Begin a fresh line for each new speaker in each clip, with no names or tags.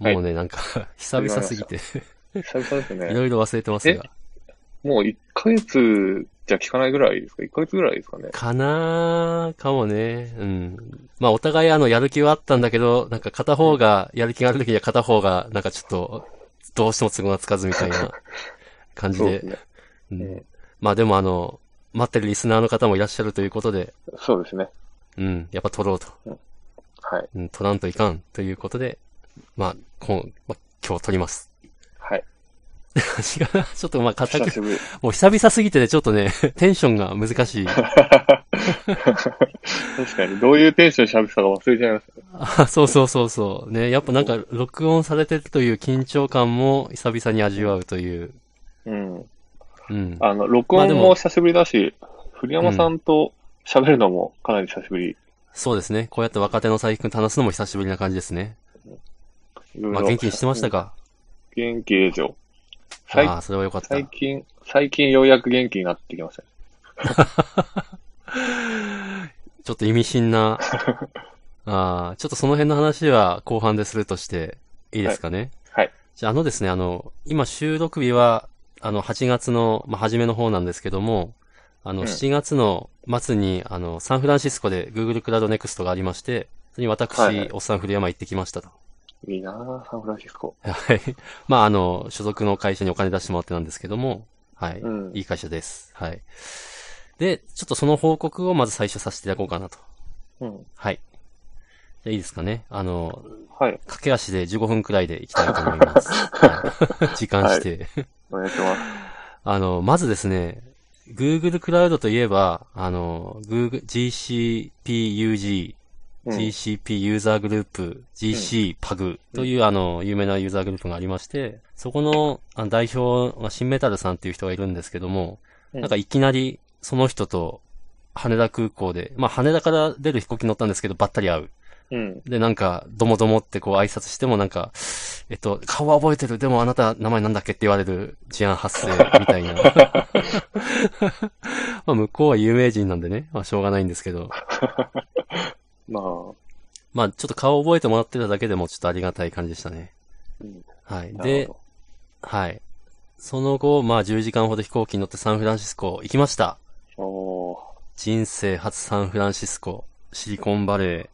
はい
もうね、なん か、久々すぎて、
久々です
い
ね。
ろいろ忘れてますが。
もう1ヶ月じゃ聞かないぐらいですか ?1 ヶ月ぐらいですかね。
かなーかもね。うん。まあ、お互いあの、やる気はあったんだけど、なんか片方が、やる気があるときには片方が、なんかちょっと、どうしても都合がつかずみたいな感じ
そうで
で。
すね。
う
うんん
まあでもあの、待ってるリスナーの方もいらっしゃるということで、
そうですね。
うん、やっぱ撮ろうと。
はい。
うん、撮らんといかんということで、まあ、今、まあ、今日撮ります。
はい。
違うなちょっとまあ、固
久
く、
しぶり。
もう久々すぎてね、ちょっとね、 テンションが難しい。
確かに、どういうテンションで喋ってたか忘れちゃいます。
あ そうそうそうそう。ね、やっぱなんか、録音されてるという緊張感も久々に味わうという。
うん。
うん。
あの、録
まあで
音
も
も久しぶりだし、古山さんと喋るのもかなり久しぶり。
そうですね。こうやって若手の佐伯くんと話すのも久しぶりな感じですね。
いろい
まあ、
ろ
元気にしてましたか
元気でしょ。最
ああ、それはよかった。
最近、最近ようやく元気になってきましたね。
ちょっと意味深 な、ああ、ちょっとその辺の話は後半でするとして、いいですかね。
はいはい
じゃあ、あのですね、あの、今収録日は、あの、8月の、まあ、初めの方なんですけども、あの、
うん
7月の末に、あの、サンフランシスコで Google クラウド NEXT がありまして、それに私、
はいはい
おっさん古山行ってきましたと。
いいなぁ、サンフランシスコ。
はい。 まあ、あの、所属の会社にお金出してもらってなんですけども、はい。
うん
いい会社です。はい。で、ちょっとその報告をまず最初させていただこうかなと。
うん。
はい。じゃあいいですかね。あの、
はい。
駆け足で15分くらいで行きたいと思います。 はい時間して。
お願いします。
あの、まずですね、Google クラウドといえば、あの、Google、GCPUG、
うん
GCP ユーザーグループ、GCPAG という、あの、有名なユーザーグループがありまして、そこのあの代表がシンメタルさんっていう人がいるんですけども、
うん
なんかいきなりその人と羽田空港で、まあ羽田から出る飛行機に乗ったんですけど、ばったり会う。
うん。
で、なんか、どもどもってこう挨拶してもなんか、えっと、顔は覚えてる、でもあなた名前なんだっけって言われる事案発生みたいな。 まあ向こうは有名人なんでね、まあしょうがないんですけど、
まあ、
まあちょっと顔覚えてもらってただけでもちょっとありがたい感じでしたね。
うん
はい。
なる
で、
ほ
はい。その後、まあ10時間ほど飛行機に乗ってサンフランシスコ行きました。
ど。おー
人生初サンフランシスコ、シリコンバレ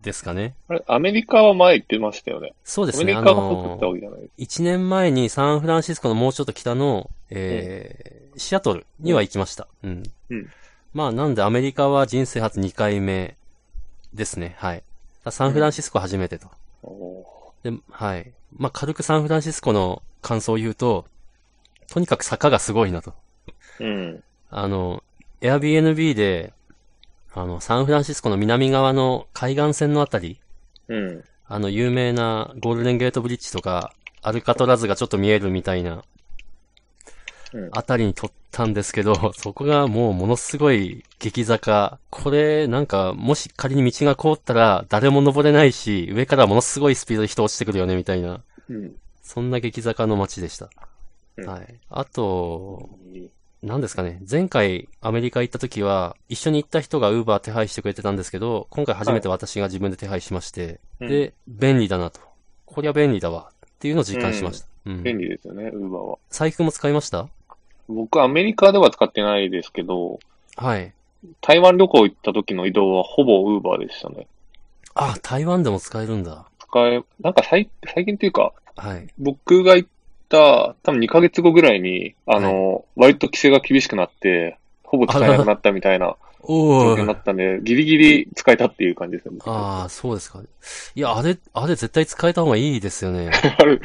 ーですかね。
あれ、アメリカは前行ってましたよね。
そうで
ア
すね。
メリ
あ
カ
の
が北行ったわけじゃない。
一年前にサンフランシスコのもうちょっと北の、えーシアトルには行きました。うん。
うん
まあ、なんでアメリカは人生初2回目ですね。はい。サンフランシスコ初めてと。
おー
で、はい。まあ、軽くサンフランシスコの感想を言うと、とにかく坂がすごいなと。
うん。
あの、Airbnb で、あの、サンフランシスコの南側の海岸線のあたり、
うん。
あの、有名なゴールデンゲートブリッジとか、アルカトラズがちょっと見えるみたいな
うん、
あたりに撮ったんですけど、 そこがもうものすごい激坂。これ、なんか、もし仮に道が凍ったら、誰も登れないし、上からものすごいスピードで人落ちてくるよね、みたいな。
うん。
そんな激坂の街でした。
うん
はい。あと、
いい
何ですかね。前回アメリカ行った時は、一緒に行った人が Uber 手配してくれてたんですけど、今回初めて私が自分で手配しまして、
うん
で、便利だなと。こりゃ便利だわ。っていうのを実感しました。うん。
便利ですよね、ウーバーは。
財布も使いました
僕、アメリカでは使ってないですけど、
はい。
台湾旅行行った時の移動はほぼウーバーでしたね。
あ、台湾でも使えるんだ。
使え、なんか最最近っていうか、
はい。
僕が行った、多分2ヶ月後ぐらいに、あの、割と規制が厳しくなって、ほぼ使えなくなったみたいな状
お
況にな
ー。
ったんで、ギリギリ使えたっていう感じですね。僕
ああ、そうですか。いや、あれ、あれ絶対使えた方がいいですよ ね。
ある。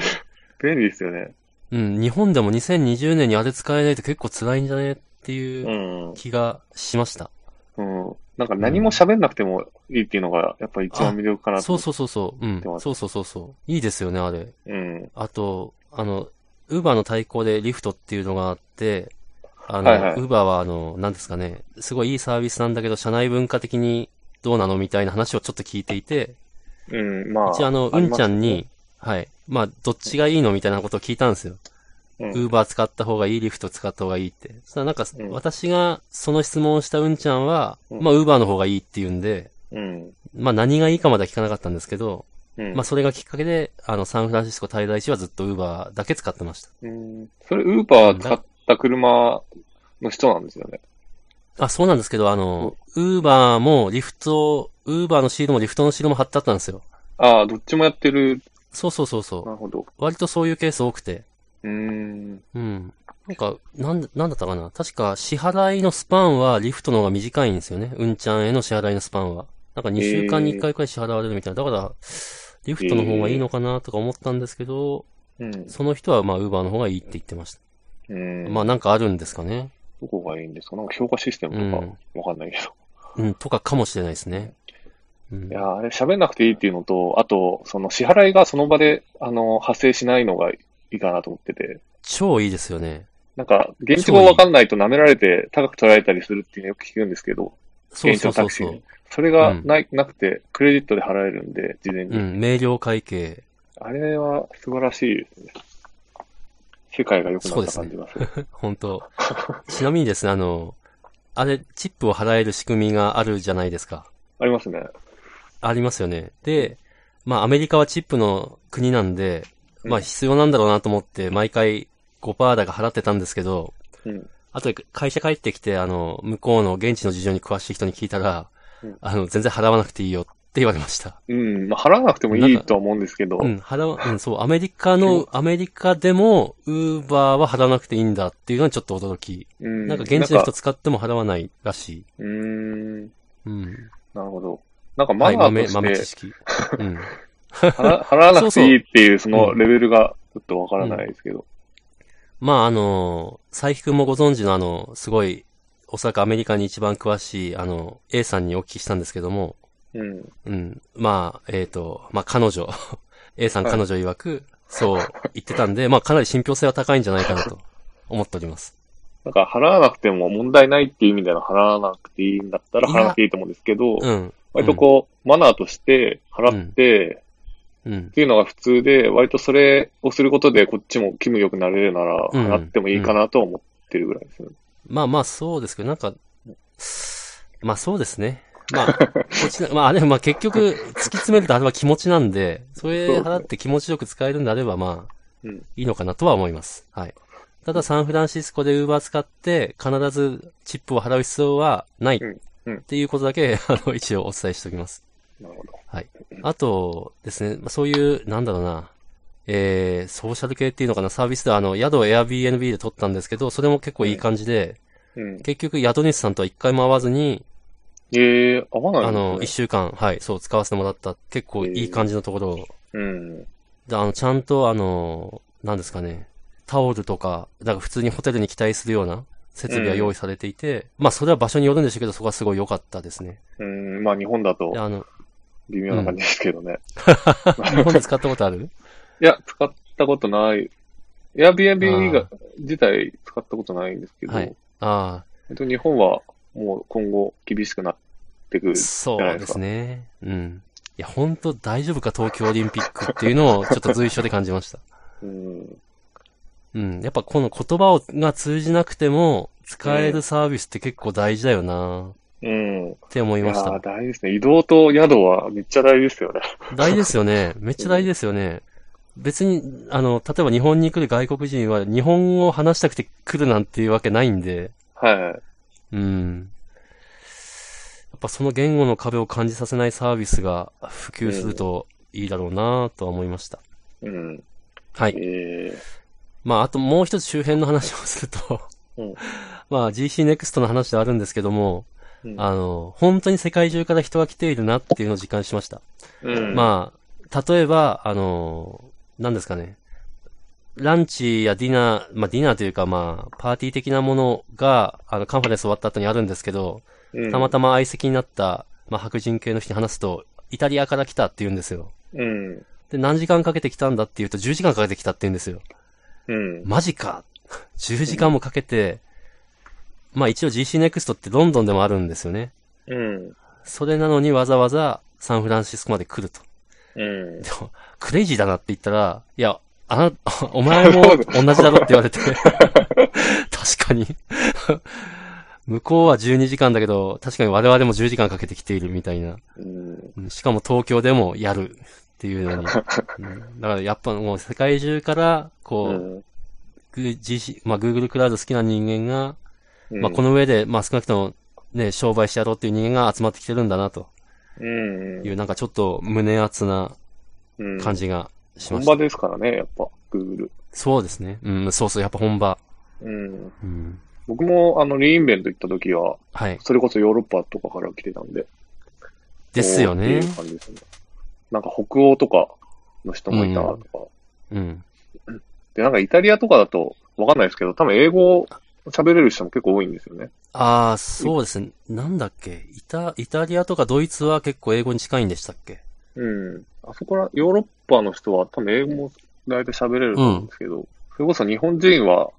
便利ですよね。。
うん、日本でも2020年にあれ使えないと結構辛いんじゃねっていううん気がしました。
うん。なんか何も喋んなくてもいいっていうのが、やっぱり一番魅力かなと
そう
思って。
そうそうそう。うん
てま。す
そうそうそうそう。いいですよね、あれ。
うん。
あと、あの、ウーバーの対抗でリフトっていうのがあって、あ
はいはい
の、ウーバーはあの、なんですかね、すごいいいサービスなんだけど、社内文化的にどうなのみたいな話をちょっと聞いていて、
うん。まあ。
一応あの、う
り
ん
ます
ちゃんに、はい、まあ、どっちがいいのみたいなことを聞いたんですよ。
うん
ウーバー使った方がいい、リフト使った方がいいって。そしたらなんか、
うん
私がその質問をしたうんちゃんは、
うん
まあ、ウーバーの方がいいって言うんで、
うん。
まあ、何がいいかまでは聞かなかったんですけど、
うん。
まあ、それがきっかけで、あの、サンフランシスコ滞在中はずっとウーバーだけ使ってました。
うん、それ、ウーバー使った車の人なんですよね。
あ、そうなんですけど、あの、ウーバーもリフト、ウーバーのシールもリフトのシールも貼ってあったんですよ。
ああ、どっちもやってる。
そうそうそう
な
そ
るほど。
う。割とそういうケース多くて。
うーん。
うん。なんか、なん、なんだったかな確か支払いのスパンはリフトの方が短いんですよね。うんちゃんへの支払いのスパンは。なんか2週間に1回くらい支払われるみたいな。だから、リフトの方がいいのかなとか思ったんですけど、
うん。
その人はまあ、ウーバーの方がいいって言ってました。
うん。
まあ、なんかあるんですかね。
どこがいいんですかなんか評価システムと
うん
か、わかんないけど。
うん、とかかもしれないですね。うん
いやー、あれ喋んなくていいっていうのと、あと、その支払いがその場で、あの、発生しないのがいいかなと思ってて。
超いいですよね。
なんか、現地語わかんないと舐められて高く取られたりするっていうのよく聞くんですけど、
そうそうそう
現地
そ
のタクシー
う
に。それがない、なくて、クレジットで払えるんで、事前
う
に。
ん、明瞭会計。
あれは素晴らしいですね。世界が良くなった感じがする。
本当ちなみにですね、あの、あれ、チップを払える仕組みがあるじゃないですか。
ありますね。
ありますよね。で、まあ、アメリカはチップの国なんで、まあ、
うん
必要なんだろうなと思って、毎回5%だが払ってたんですけど、
うん
あと、会社帰ってきて、あの、向こうの現地の事情に詳しい人に聞いたら、
うん
あの、全然払わなくていいよって言われました。
うん。まあ、払わなくてもいいとは思うんですけど、
うん、払わ、うん、そう、アメリカの、アメリカでも、ウーバーは払わなくていいんだっていうのはちょっと驚き。
うん。
なんか現地の人使っても払わないらしい。
うーん。
うん。
なるほど。なんかマ
はい、
ナー
豆、
と
豆知
して
識。うん。
払、払わなくていいっていうそ
そうそ
の
う
レベルがちょっとわからないですけど。
まあ、あの、佐伯くんもご存知のあの、すごい、おそらくアメリカに一番詳しい、あの、A さんにお聞きしたんですけども、
うん。
うん。まあ、えっ、と、まあ、彼女、A さん
はい
彼女曰く、そう言ってたんで、まあ、かなり信憑性は高いんじゃないかなと思っております。
なんか払わなくても問題ないっていう意味での払わなくていいんだったら払わなくていいと思うんですけど、
うん。
割とこう、マナーとして払って、
うん
っ。ていうのが普通で、割とそれをすることでこっちも気分良くなれるなら、
うん
払ってもいいかなとは思ってるぐらいですね。
まあまあ、そうですけど、なんか、まあそうですね。まあ、こっちの まああれ、まあ結局、突き詰めるとあれは気持ちなんで、それ払って気持ちよく使えるんであれば、まあ
うん、
いいのかなとは思います。はい。ただ、サンフランシスコでウーバー使って、必ずチップを払う必要はない。
うんうん
っていうことだけ、 あの、一応お伝えしておきます。
なるほど。
あとですね、まあそういう、なんだろうな、えー、ソーシャル系っていうのかな、サービスであの、宿を Airbnb で取ったんですけど、それも結構いい感じで、
うん。
結局、宿主さんとは一回も会わずに、
ええ合わない
あの、
ん
一
です
週間、はい、そう、使わせてもらった、結構いい感じのところを、
ね。うん。
で、あの、ちゃんと、あの、なんですかね、タオルとか、なんか普通にホテルに期待するような設備は用意されていて、まあ、それは場所によるんでしょうけど、そこはすごい良かったですね。
うん、まあ日本だと
で、あの、
微妙な感じですけどね。
日本で使ったことあ る
いや、使ったことない。Airbnb
あ
が自体使ったことないんですけど、
はいあ
えっと日本はもう今後厳しくなってく
あ、
る。
そうですね。うん。いや、本当大丈夫か、東京オリンピックっていうのを、ちょっと随所で感じました。
うん。
うん。やっぱこの言葉をが通じなくても、使えるサービスって結構大事だよな
うん。
って思いまし
いや
た
ー。大事ですね。移動と宿はめっちゃ大事ですよね。
大事ですよね。めっちゃ大事ですよね。別に、あの、例えば日本に来る外国人は日本語を話したくて来るなんていうわけないんで、
はい。
うん。やっぱその言語の壁を感じさせないサービスが普及するといいだろうなとは思いました。
うん。
は
え
い。
え
まあ、あともう一つ周辺の話をすると、
うん
まあ GC NEXT の話ではあるんですけども、
うん
あの、本当に世界中から人が来ているなっていうのを実感しました。
うん。
まあ、例えば、あのー、何ですかね。ランチやディナー、まあディナーというかまあ、パーティー的なものが、あの、カンファレンス終わった後にあるんですけど、
うん
たまたま相席になった、まあ白人系の人に話すと、イタリアから来たって言うんですよ。
うん。
で、何時間かけて来たんだって言うと、10時間かけて来たって言うんですよ。
うん。
マジか 10時間もかけて、まあ一応 GCNEXT ってロンドンでもあるんですよね。
うん。
それなのにわざわざサンフランシスコまで来ると。
うん。
でもクレイジーだなって言ったら、いや、あな、 お前も同じだろって言われ て。確かに。向こうは12時間だけど、確かに我々も10時間かけてきているみたいな。
うん。
うんしかも東京でもやる。っていうのに。うんだからやっぱもう世界中から、こ
う
う、
ん。
グ GC、まあ Google クラウド好きな人間が、
うん
まあこの上で、まあ少なくともね、商売してやろうっていう人間が集まってきてるんだなと
うん
いう、なんかちょっと胸厚な
うん。
感じがしま
本
した。
場ですからね、やっぱ、Google。
そうですね。うん、そうそう、やっぱ本場。
うん。
うん。
僕も、あの、リーンベント行った時は、
はい。
それこそヨーロッパとかから来てたんで。
ですよ
おー
ね
ってい。う感じですね。なんか北欧とかの人もいたとか。
うん。
で、なんかイタリアとかだとわかんないですけど、多分英語喋れる人も結構多いんですよね。
ああ、そうですね。なんだっけ。イタ、イタリアとかドイツは結構英語に近いんでしたっけ
うん。あそこら、ヨーロッパの人は多分英語も大体喋れると思うんですけど、それこそ日本人は、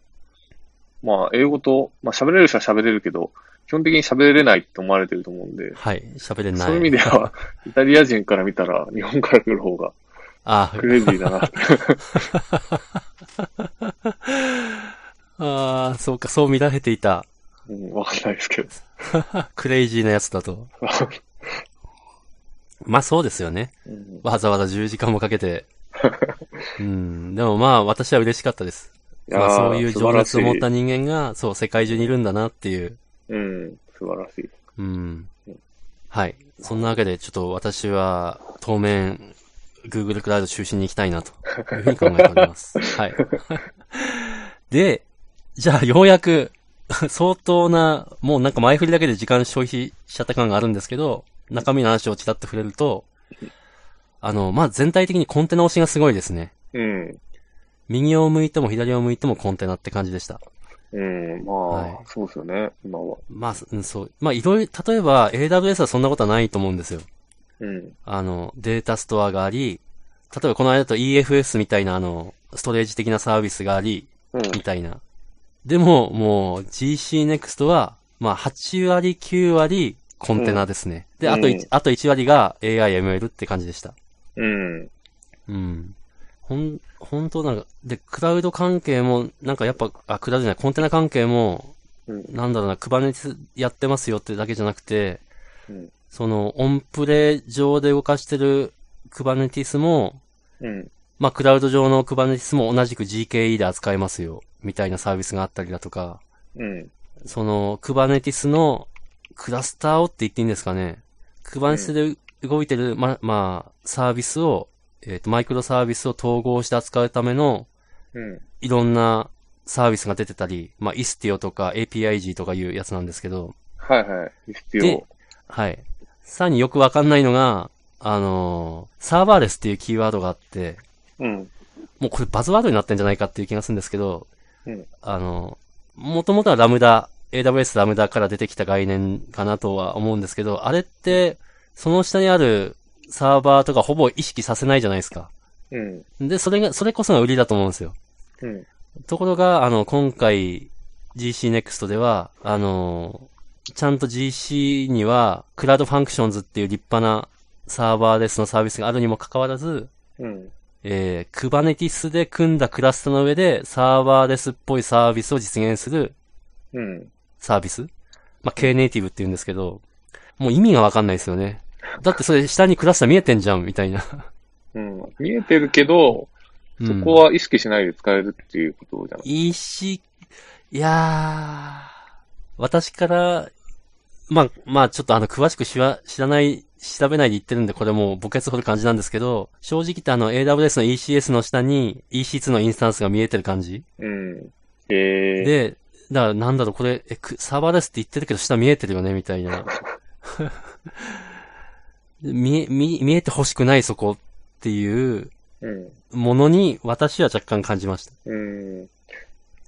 まあ英語と、まあ喋れる人は喋れるけど、基本的に喋れないって思われてると思うんで、
はい。喋れない。
そういう意味では、イタリア人から見たら日本から来る方が
あ
クレイジーだなって。
あー、そうか、そう見られていた。
うん、わかんないですけど。
クレイジーなやつだと。まあそうですよね。
うん
わざわざ10時間もかけ て。うん。でもまあ私は嬉しかったです。
いやー
まあそういう
素
情
晴ら
熱を持っ
しい
た人間が、そう、世界中にいるんだなっていう。
うん、素晴らしい。
うん。はい。そんなわけで、ちょっと私は、当面、Google クラウド中心に行きたいな、というふうに考えております。はい。 で、じゃあ、ようやく、 相当な、もうなんか前振りだけで時間消費しちゃった感があるんですけど、中身の話をちらっと触れると、あの、まあ、全体的にコンテナ推しがすごいですね。
うん、
右を向いても左を向いてもコンテナって感じでした。
うん、まあ、
はい
そうですよね、今は。
まあ、うんそう。まあ、いろいろ、例えば AWS はそんなことはないと思うんですよ。
うん、
あの、データストアがあり、例えばこの間だと EFS みたいなあの、ストレージ的なサービスがあり、
うん、
みたいな。でも、もう GCNEXT は、まあ8割、9割コンテナですね。で、あと
うん
1、あと1割が AI、ML って感じでした。
うん、
うん。ほん、本当なんか、で、クラウド関係も、なんかやっぱ、あ、クラウドじゃない、コンテナ関係も、
うん、
なんだろうな、クバネティやってますよってだけじゃなくて、
うん
その、オンプレ上で動かしてるクバネティスも、
うん、
まあ、クラウド上のクバネティスも同じく GKE で扱えますよ、みたいなサービスがあったりだとか、
うん、
その、クバネティスのクラスターをって言っていいんですかね。クバネティスで動いてる、ま、まあ、サービスを、えっ、と、マイクロサービスを統合して扱うための、
うん、
いろんなサービスが出てたり、まあ、Istio とか APIG とかいうやつなんですけど、
はいはい、必
で
要。
はい。さらによくわかんないのが、あのーサーバーレスっていうキーワードがあって、
うん、
もうこれバズワードになってんじゃないかっていう気がするんですけど、
うん
あのー、もともとはラムダ、AWS ラムダから出てきた概念かなとは思うんですけど、あれって、その下にあるサーバーとかほぼ意識させないじゃないですか。
うん、
で、それが、それこそが売りだと思うんですよ。
うん、
ところが、あの、今回 GC Next では、あの、ちゃんと GC には、クラウドファンクションズっていう立派なサーバーレスのサービスがあるにもかかわらず、
うん、
えー、Kubernetes で組んだクラスターの上で、サーバーレスっぽいサービスを実現する
うん、
サービスまあ、Knative って言うんですけど、もう意味がわかんないですよね。だってそれ下にクラスター見えてんじゃん、みたいな。
うん。見えてるけど、
うん
そこは意識しないで使えるっていうことじゃない。
石、いやー、私から、まあ、まあ、ちょっとあの、詳しくしわ、知らない、調べないで言ってるんで、これもう墓穴掘る感じなんですけど、正直言ってあの、AWS の ECS の下に EC2 のインスタンスが見えてる感じ
うん。えー、
で、だからなんだろう、これ、え、くサーバーレスって言ってるけど下見えてるよね、みたいな。 見え、見、見えてほしくないそこっていう
うん、
ものに私は若干感じました。
うん、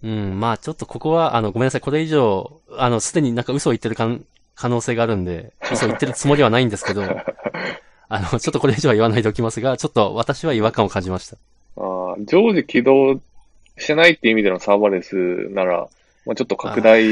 うん、まあちょっとここは、あの、ごめんなさい、これ以上、あの、すでになんか嘘を言ってるかん可能性があるんで、嘘を言ってるつもりはないんですけど、あの、ちょっとこれ以上は言わないでおきますが、ちょっと私は違和感を感じました。
あー常時起動してないっていう意味でのサーバーレスなら、まあ、ちょっと拡大、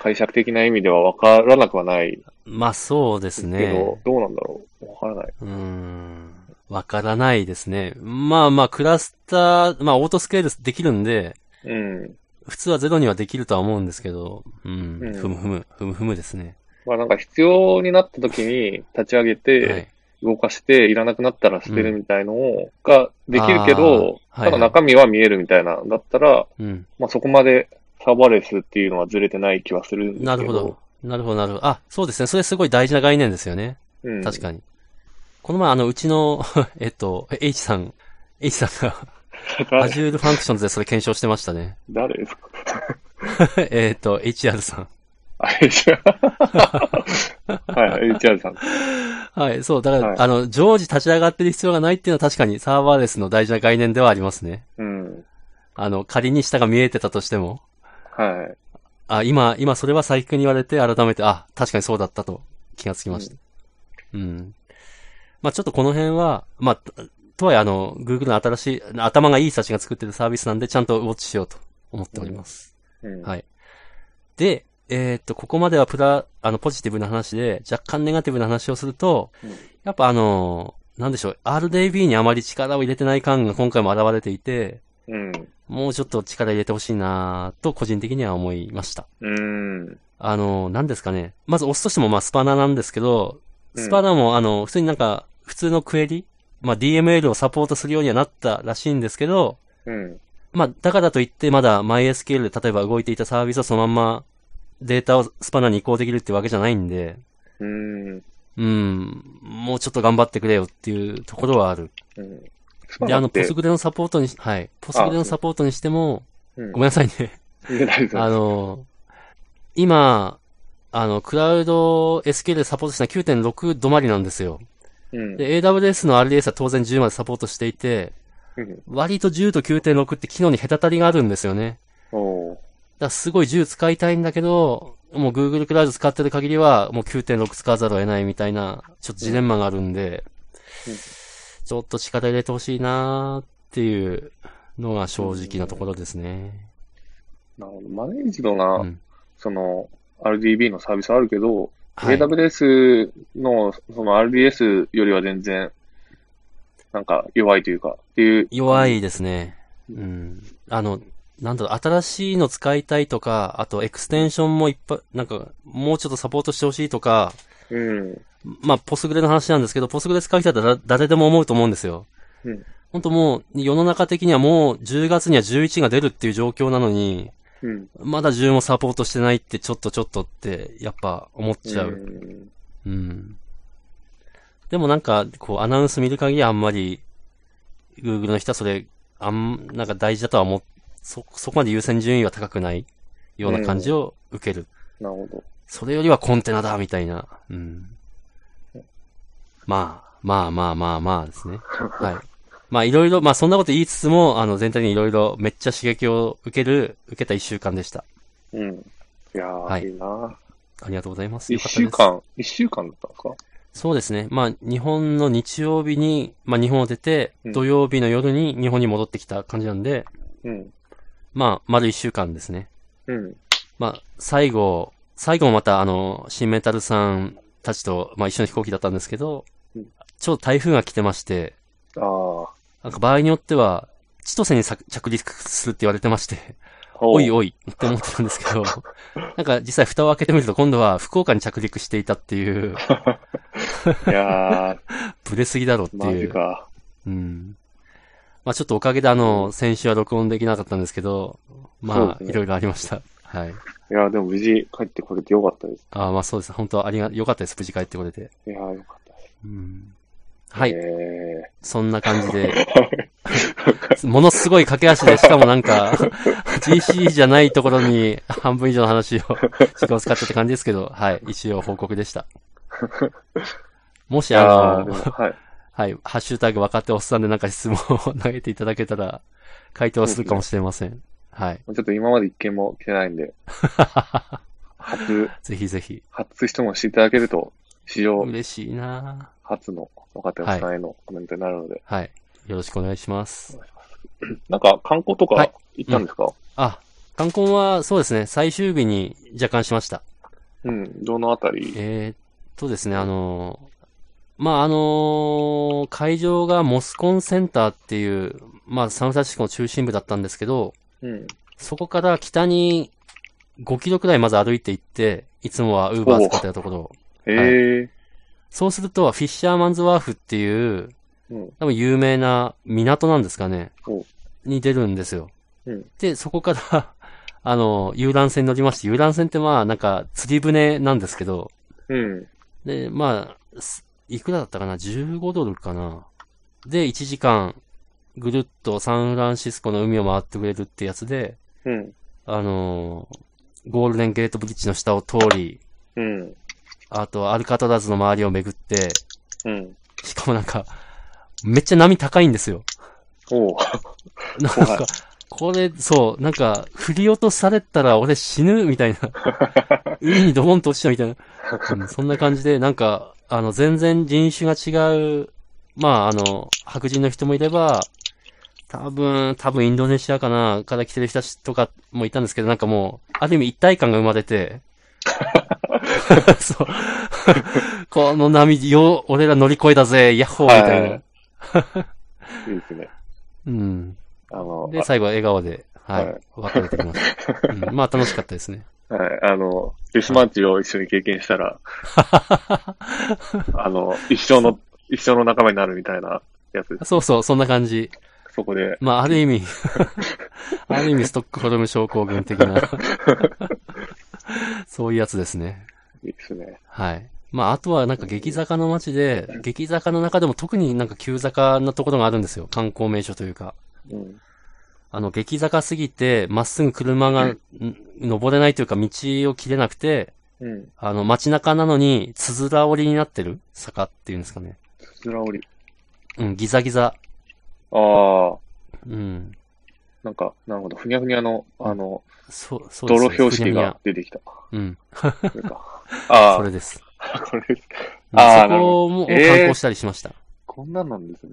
解釈的な意味では分からなくはない
まあそうです
け
ね。
ど、どうなんだろう分からない。
うん。わからないですね。まあまあ、クラスター、まあオートスケールできるんで、
うん。
普通はゼロにはできるとは思うんですけど、うん、
うん
ふむふむ、ふむふむですね。
まあなんか必要になった時に立ち上げて、
はい。
動かして、いらなくなったら捨てるみたいのを、ができるけ
あー
ど、
はいはい
ただ中身は見えるみたいな、だったら、
うん。
まあそこまでサーバーレスっていうのはずれてない気はするんですけど。
なるほど。なるほど、なるほど。あ、そうですね。それすごい大事な概念ですよね。
うん。
確かに。この前、あの、うちの、 えっと、H さん、H さんが、
誰
Azure Functions でそれ検証してましたね。
誰ですか
えっと、HR さん。
あれじゃあはい、HR さん。
はい、そう、だから、
はい
あの、常時立ち上がってる必要がないっていうのは確かにサーバーレスの大事な概念ではありますね。
うん。
あの、仮に下が見えてたとしても、
はい。
あ、今、今それは最近に言われて改めて、あ、確かにそうだったと気がつきました。うん。まあちょっとこの辺は、まあ、ととはいえあの、Google の新しい、頭がいい人たちが作ってるサービスなんで、ちゃんとウォッチしようと思っております。
うん。
はいで、えーっと、ここまではプラ、あの、ポジティブな話で、若干ネガティブな話をすると、
うん
やっぱあの、なんでしょう、RDB にあまり力を入れてない感が今回も現れていて、
うん。
もうちょっと力入れてほしいなと個人的には思いました。
うん。
あの、何ですかね。まず、オスとしても、まあ、スパナなんですけど、
うん
スパナも、あの、普通になんか、普通のクエリ、まあ、DML をサポートするようにはなったらしいんですけど、
うん。
まあ、だからといって、まだ MySQL で例えば動いていたサービスをそのまんま、データをスパナに移行できるってわけじゃないんで、
うん。
うん、もうちょっと頑張ってくれよっていうところはある。
うん。
で、あの、ポス
グ、
グレのサポートにし、はい、ポスグレのサポートにしても、
うん、
ごめんなさいね。
ん。大丈夫
あの、今、あの、クラウド SQL でサポートしたのは9.6止まりなんですよ。
うん。
で、AWS の RDS は当然10までサポートしていて、
うん。
割と10と9.6って機能に隔たりがあるんですよね。
おー
だからすごい10使いたいんだけど、もう Google クラウド使ってる限りは、もう9.6使わざるを得ないみたいな、ちょっとジレンマがあるんで、
うん
ちょっと力入れてほしいなーっていうのが正直なところですね。
なるほど。マネージドな、
うん。
その、RDB のサービスあるけど、
はい。
AWS の、その RDS よりは全然、なんか弱いというか、っていう。
弱
い。
いですね。う
うん
ん。あの、なんだろう、新しいの使いたいとか、あとエクステンションもいっぱい、なんか、もうちょっとサポートしてほしいとか、
うん。
まあ、ポスグレの話なんですけど、ポスグレ使う人はだ誰でも思うと思うんですよ。
うん
本当もう、世の中的にはもう10月には11が出るっていう状況なのに、
うん。
まだ10もサポートしてないってちょっとちょっとって、やっぱ思っちゃう。
うん
うん。でもなんか、こう、アナウンス見る限りあんまり、Google の人はそれ、あん、なんか大事だとは思っ、そ、そこまで優先順位は高くないような感じを受ける。
なるほど。
それよりはコンテナだ、みたいな。うん。まあ、まあまあまあまあですね。はい。まあいろいろ、まあそんなこと言いつつも、あの全体にいろいろめっちゃ刺激を受ける、受けた一週間でした。
うん。いやー、
はい
い、いな
ありがとうございます。
一
よかったです
週間、一週間だったんですか
そうですね。まあ、日本の日曜日に、まあ、日本を出て、
うん
土曜日の夜に日本に戻ってきた感じなんで、
うん。
まあ、丸一週間ですね。
うん。
まあ、最後、最後もまた、あの、新メタルさんたちと、まあ、一緒の飛行機だったんですけど
うん、
ちょうど台風が来てまして、
ああ。お
なんか場合によっては、千歳にさ着陸するって言われてまして、おい
い。
おいって思ってたんですけど、 なんか実際蓋を開けてみると今度は福岡に着陸していたっていう、
いやー、
ブレすぎだろっていう。
マジか。
うん。まあちょっとおかげであの、先週は録音できなかったんですけど、
そう
ま
で
あ、
す
い
ね
ろいろありました。はい。
いやー、でも無事帰ってこれてよかったです。
ああ、まあそうです。本当ありが、良かったです。無事帰ってこれて。
いやー、よかったです。
うん。はい。
え
そんな感じで、
ー
ものすごい駆け足で、しかもなんか、GC じゃないところに半分以上の話を、時間を使ったって感じですけど、はい。一応報告でした。もしあの
あー、で、もはい。
はい、ハッシュタグ若手おっさんでなんか質問を投げていただけたら、回答するかもしれません。はい。
ちょっと今まで一件も来てない んで、初、
ぜひぜひ。
初質問していただけると、史上
嬉しいな
初の若手おっさんへのコメントになるので、
ぁはい。よろしくお願いします。
なんか観光と
はい
か行ったんですか、
あ、観光はそうですね、最終日に若干しました。
うん、どのあたり
えー、っとですね、あのーまあ、あのー会場がモスコンセンターっていう、まあ、サンフランシスコの中心部だったんですけど、
うん。
そこから北に5キロくらいまず歩いて行って、いつもはウーバー使ってたところ、
ええ
そうすると、フィッシャーマンズワーフっていう、
うん
多分有名な港なんですかね
お。
に出るんですよ。
うん
で、そこから、あの、遊覧船に乗りまして、遊覧船ってまあ、なんか、釣り船なんですけど、
うん。
で、まあ、すいくらだったかな ?15 ドルかなで、1時間、ぐるっとサンフランシスコの海を回ってくれるってやつで、
うん。
あのーゴールデンゲートブリッジの下を通り、
うん。
あとアルカトラズの周りを巡って、
うん。
しかもなんか、めっちゃ波高いんですよ。
おう。
なん
怖
か
い、
これ、そう、なんか、振り落とされたら俺死ぬみたいな。海にドボンと落ちたみたいな。うんそんな感じで、なんか、あの、全然人種が違う、まあ、あの、白人の人もいれば、多分、多分インドネシアかな、から来てる人たちとかもいたんですけど、なんかもう、ある意味一体感が生まれ て、そう。この波、よう、俺ら乗り越えたぜ、ヤッホーみたいな。
はいいいですね。
うん。
あの、
で、最後は笑顔で、はい、
はい
別れて きました、うん。まあ、楽しかったですね。
あはい。あの、デスマッチを一緒に経験し たら、あの、一生の、一生の仲間になるみたいなやつです。
そうそう、そんな感じ。
そこで、
まあ、ある意 味、ある意味、ストックホルム症候群的な、そういうやつですね。
いいですね。
はい。まあ、あとはなんか激坂の街で、激坂の中でも特になんか急坂なところがあるんですよ。観光名所というか。
うん。
あの、激坂すぎて、まっすぐ車が、ん登れないというか、道を切れなくて、
うん。
あの、街中なのに、つづら折りになってる坂っていうんですかね。
つづら折り。
うん、ギザギザ。
ああ、
うん。
なんか、なるほど。ふにゃふにゃの、あの、
そう、そうで
道
す。
路標識
ふにゃ
が出てきた。
ふにゃ。うん。
これか。 あ
それです。
あ、これです。
うん
あー
そこもを観
なるほどえー
光したりしました。
こんなんなんですね。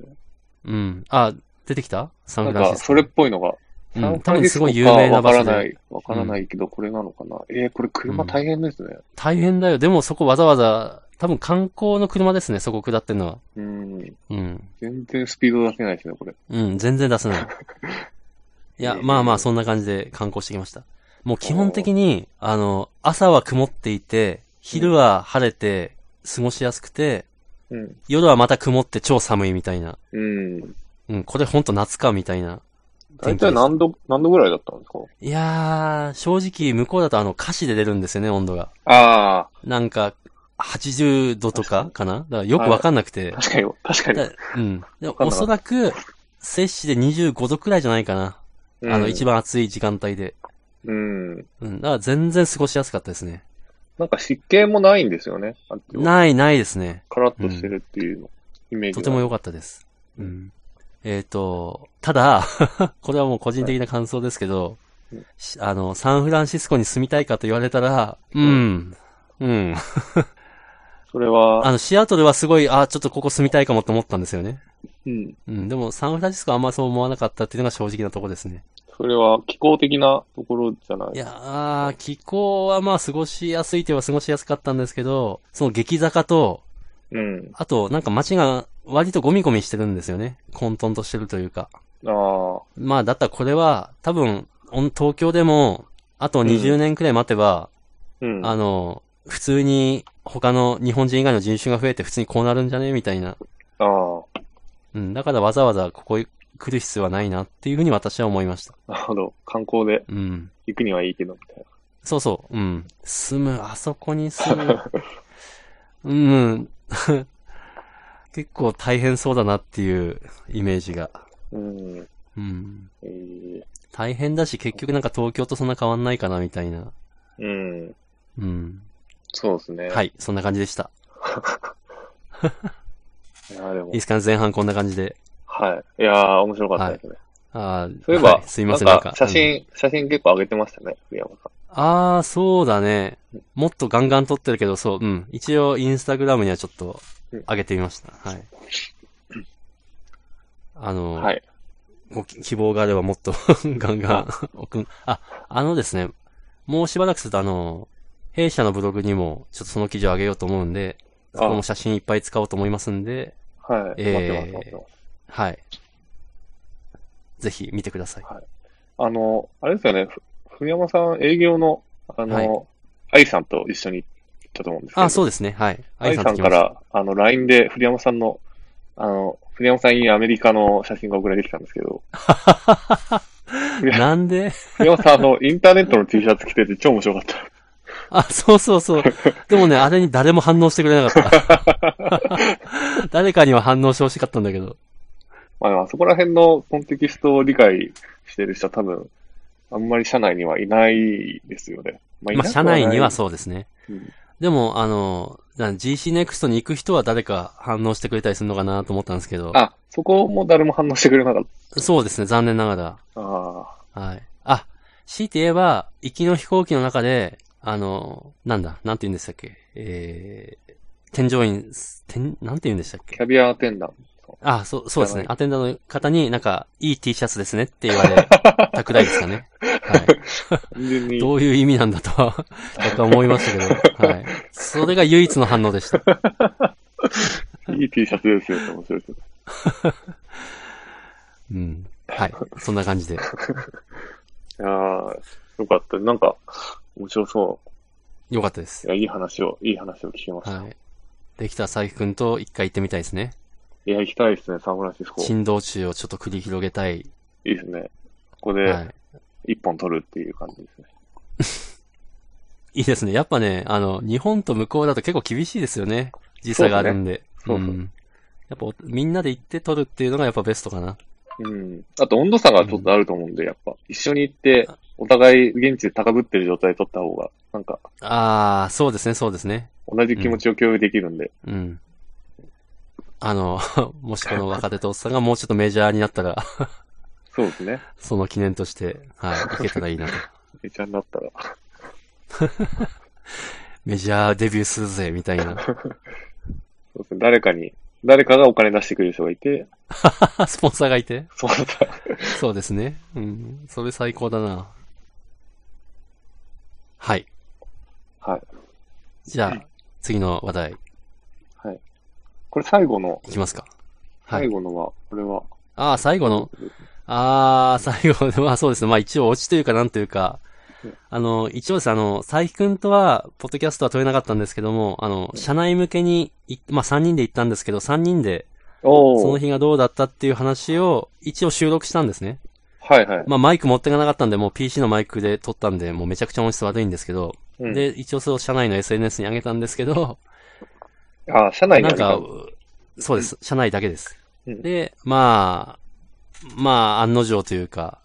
うん。あ、出てきたサン
な
フ
ん
ラン
か、
シスコ。
それっぽいのが。
うん
サンフ
多
ラン
分
シ
す
ス
ご
コ
い有名な場
かわから
所
な
で。
い。わからないけど、これなのかな。えー、これ車大変ですね。
大変だよ。でもそこわざわざ、多分観光の車ですね、そこ下ってんのは。
うん。
うん。
全然スピード出せないですね、これ。
うん、全然出せ ない。いや、
えー
まあまあ、そんな感じで観光してきました。もう基本的に、あの、朝は曇っていて、昼は晴れて、過ごしやすくて、
うん。
夜はまた曇って超寒いみたいな。
うん。
うん、これほんと夏かみたいな。
大体何度、何度ぐらいだったんですか
いやー、正直、向こうだとあの、歌詞で出るんですよね、温度が。
あ
なんか、80度とかかなだからよくわかんなくて
あ、。確かに、確かに。
だうん。で
かんなかった
おそらく、摂氏で25度くらいじゃないかな。あの、一
番。
番暑い時間帯で。
うん。
うん。だから全然過ごしやすかったですね。
なんか湿気もないんですよね。あっちは
ない、ないですね。
カラッとしてるっていうの、イメージ
と
が
ても良かったです。うん。えっ、と、ただ、 これはもう個人的な感想ですけど、
うん
しあの、サンフランシスコに住みたいかと言われたら、うん、うん。
それは、
あの、シアトルはすごい、あ、ちょっとここ住みたいかもって思ったんですよね。
うん。
うん、でもサンフランシスコはあんまそう思わなかったっていうのが正直なとこですね。
それは気候的なところじゃない
いやー、気候はまあ過ごしやすいといえば過ごしやすかったんですけど、その激坂と、
うん。
あとなんか街が割とゴミゴミしてるんですよね。混沌としてるというか。
ああ。
まあだったらこれは多分、おん東京でも、あと20年くらい待てば、
うん。
あの、普通に他の日本人以外の人種が増えて普通にこうなるんじゃねみたいな。
ああ。
うん、だからわざわざここへ来る必要はないなっていうふうに私は思いました。
なるほど。観光で
うん。
行くにはいいけど、みたいな。
そうそう、うん。住む、あそこに住 む。うん。 結構大変そうだなっていうイメージが。
うん。え
うん。
ー、
大変だし、結局なんか東京とそんな変わんないかなみたいな。
うん。
うん。
そうですね。。
はいい、そんな感じでした。
いや、でも
いいで、すかね前半こんな感じで。
はい。いやー、面白かったですね。
あー
そういえば、
はすいません、
な
なん
ん
か
か。写
うん
真、写真結構上げてましたね、栗山さ
ああ、そうだね。もっとガンガン撮ってるけど、そう、うん。一応、インスタグラムにはちょっと、上げてみました。はい。あの、
ん。はい。
ごき希望があればもっと ガンガン送ん、あ、あのですね、もうしばらくするとあの、弊社のブログにもちょっとその記事を上げようと思うんで、
あ
そこも写真いっぱい使おうと思いますんで、
はい。
えー
待ってます、待ってます。
はい。ぜひ見てください。
あの、あれですよね、ふ古山さん営業の、あの、
はい
愛さんと一緒にったと思うんですけど。
あ、そうですね。はい。
愛さんか。ら、あの、LINE で、古山さんの、あの、古山さんにアメリカの写真が送られてきたんですけど、
なんで
古山さん、あの、インターネットの T シャツ着てて超面白かった。
あ、そうそうそう。でもね、あれに誰も反応してくれなか った。誰かには反応してほしかったんだけど。
まあ、あそこら辺のコンテキストを理解してる人は多分、あんまり社内にはいないですよね。ま
まあ、社内にはそうですね。
うん
でも、あの、な GC NEXT に行く人は誰か反応してくれたりするのかなと思ったんですけど
う。あ、そこも誰も反応してくれなかっ
そうですね、残念ながら。
た。ああ、
はい。あ、強いて言えば、行きの飛行機の中で、あの、なんだ、なんて言うんでしたっけ、えー、添乗員、天、なんて言うんでしたっ
キ
け。
ャビアアテンダント。
あ、そう、そうです
知ら
ね。
な
アテンダーの方になんか、いい T シャツですねって言わ れたくらいですかね。はい。
完全に、
どういう意味なんだと は、僕は思いましたけど、はい。それが唯一の反応でした。
いい T シャツですよって面白いですね。
うん。はい。そんな感じで。
いやーよかった。なんか、面白そ
よかったで
う。
す
い。や、いい話を、いい話を聞けました。
はい。できた佐伯くんと一回行ってみたいですね。
いや、行きたいですね、サンフランシスコ。い
振動中をちょっと繰り広げたい。
いですね。ここ
はい
で、。一本取るっていう感じですね。
いいですね。やっぱね、あの、日本と向こうだと結構厳しいですよね。時差があるんで。。
そうですねそうそうん
やっぱ、みんなで行って撮るっていうのがやっぱベストかな。
うん。あと温度差がちょっとあると思うんで、やっぱ、一緒に行って、お互い現地で高ぶってる状態で撮った方が、なんか、
あー、そうですね、そうですね。
同じ気持ちを共有できるんで、
うん。あの、 もしこの若手とおっさんがもうちょっとメジャーになったら、
そうですね。
その記念として、はい、行けたらいいなと。
めちゃになったら。
メジャーデビューするぜ、みたいな。
そうですね。誰かに、誰かがお金出してくれる人がいて、
スポンサーがいて。
そうだった。
そうですね。うん。それ最高だな。はい。
はい。
じゃあ、次の話題、
これ最後の、
いきますか。は
最
い。
後のは、これは、
ああ、最後の、ああ、最後の、まあ そうですね。まあ一応オチというかなんというか
うん、
あの、一応ですね、あの、佐伯くんとは、ポッドキャストは撮れなかったんですけども、あの、社内向けにい、まあ3人で行ったんですけど、3人で、そ
お
の
ー、
日がどうだったっていう話を、一応収録したんですね。
はいはい。
まあマイク持ってかなかったんで、もう PC のマイクで撮ったんで、もうめちゃくちゃ音質悪いんですけど、
うん、
で、一応それを社内の SNS に上げたんですけど、
あー、社内に
な
あ
ん
る
か
感じ、
そうです。社内だけです。
うん
で、まあ、まあ、案の定というか、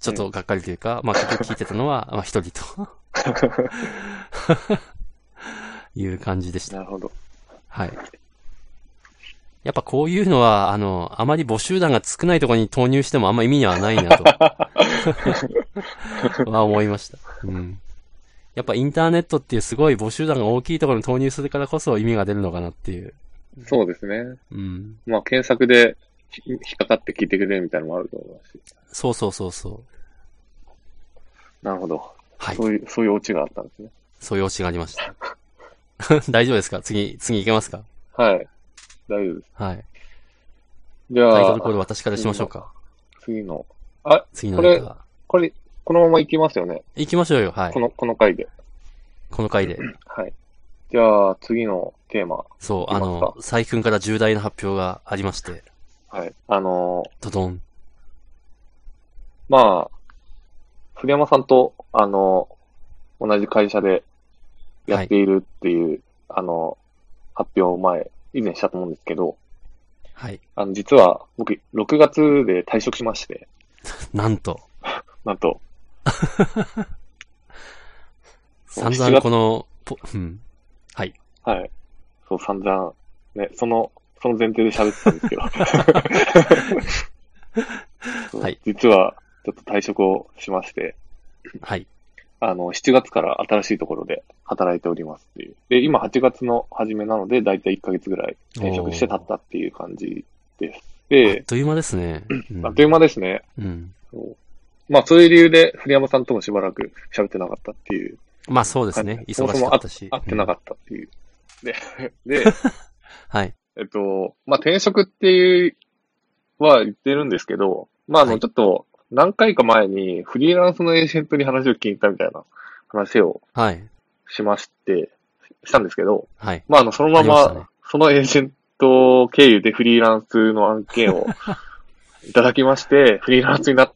ちょっとがっかりというか、まあ、結局聞いてたの は、まあ、一人という感じでした。
なるほど。
はい。やっぱこういうのは、あの、あまり募集団が少ないところに投入してもあんま意味はない なと、は思いました。うん。やっぱインターネットっていうすごい募集団が大きいところに投入するからこそ意味が出るのかなっていう。
そうですね。
うん。
まあ、検索でひ引っかかって聞いてくれるみたいなのもあると思いますし。
そうそうそうそう。
なるほど。
はい。
そういう、そういうオチがあったんですね。
そういうオチがありました。 大丈夫ですか次、次行けますか
はい。大丈夫です。
はい。
じ
タイ
ゃ
トルコール
あ、
私からしましょうか。
次の。あ、
次
こ
の
れ
ネタ。
これ、このまま行きますよね。
行きましょうよ。はい
こ。の、この回で。
この回で。
はい。じゃあ、次のテーマ。
そう、
行
あ
きますか
の、佐伯くんから重大な発表がありまして、
はい。あのー、
ドドン。
まあ、古山さんと、あのー、同じ会社でやっているっていう、あのー、発表前、以前したと思うんですけど、
はい。
あの、実は、僕、6月で退職しまして、
なんと、
なんと、そ
散
う7
々
月
この、ぽうん。
はい。そう、散々、ね、その、その前提で喋ってたんです けど。そう
はい
実は、ちょっと退職をしまして、
はい。
あの、7月から新しいところで働いておりますっていう。で、今8月の初めなので、だいたい1ヶ月ぐらい転職して経ったっていう感じです。
あっ
で、
という間ですね。うん
あっという間ですね。
うん。
そうまあ、そういう理由で、古山さんともしばらく喋ってなかったっていう、
まあそうですね。
そも
忙
そ
し
も
かったし。
会ってなかったっていう。で、で、
うんはい。
えっと、まあ、転職っていう、は言ってるんですけど、まあ、あ
は
の、
い
ちょっと、何回か前に、フリーランスのエージェントに話を聞いたみたいな話を
はい。
しまして、したんですけど、
はい。
まあ、あの、そのま
ありましたね
ま、そのエージェント経由でフリーランスの案 件をいただきまして、フリーランスになっ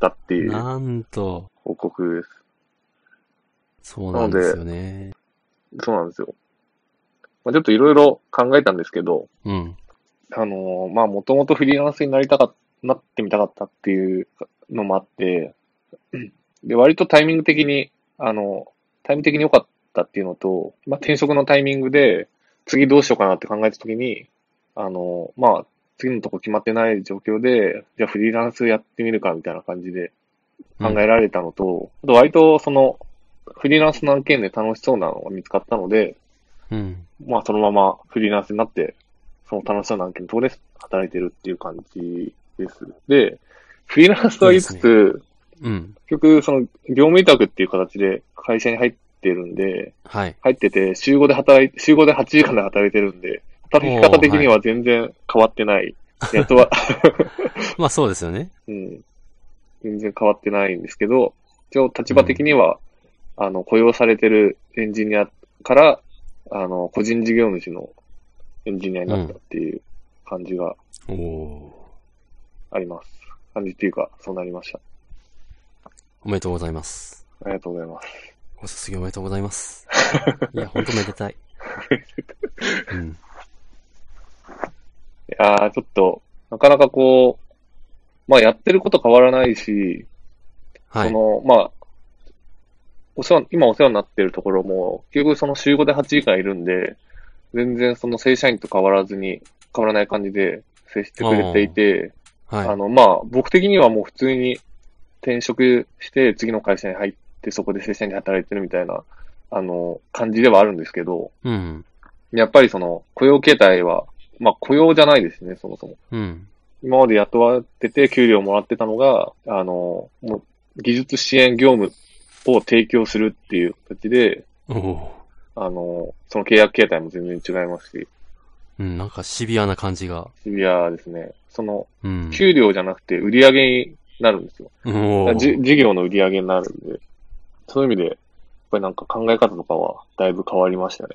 たっていう
なんと、
報告です。
そうなんですよね。
そうなんですよ。まあ、ちょっといろいろ考えたんですけど、
うん。
あのーまあ、もともとフリーランスになりたかっなってみたかったっていうのもあって、で、割とタイミング的に、あの、タイミング的に良かったっていうのと、まあ、転職のタイミングで、次どうしようかなって考えたときに、あの、まあ、次のとこ決まってない状況で、じゃあフリーランスやってみるかみたいな感じで考えられたのと、あと割とその、フリーランスの案件で楽しそうなのが見つかったので、
うん。
まあ、そのままフリーランスになって、その楽しそうな案件のところで働いてるっていう感じです。で、フリーランスとは言いつ
いい
つ、
うん。
結局、その、業務委託っていう形で会社に入ってるんで、
はい。
入ってて、週5で働い、週5で8時間で働いてるんで、働き方的には全然変わってない。やっとは、
まあそうですよね。
うん。全然変わってないんですけど、一応立場的には、あの、雇用されてるエンジニアから、あの、個人事業主のエンジニアになったっていう感じが
おお
あります。感じっていうか、そうなりました。
ー。おめでとうございます。
ありがとうございます。
ご卒業おめでとうござい ます。いや、ほんとめでたい。うん。
いやー、ちょっと、なかなかこう、まあやってること変わらないし、
は
そ
い。
の、まあ、お世話、今お世話になってるところも、結局その週5で8時間いるんで、全然その正社員と変わらずに、変わらない感じで接してくれていて、あ,、
はい。
の、まあ、僕的にはもう普通に転職して、次の会社に入って、そこで正社員で働いてるみたいな、あの、感じではあるんですけど、
うん。
やっぱりその、雇用形態は、まあ、雇用じゃないですね、そもそも。
うん。
今まで雇われてて給料もらってたのが、あの、もう技術支援業務を提供するっていう形で、
おお
あの、その契約形態も全然違いますし、
ー。うん、なんかシビアな感じが。
シビアですね。その、
うん。
給料じゃなくて売り上げになるんですよ。
お
だからじ
ー
事業の売り上げになるんで、そういう意味で、やっぱりなんか考え方とかはだいぶ変わりましたね。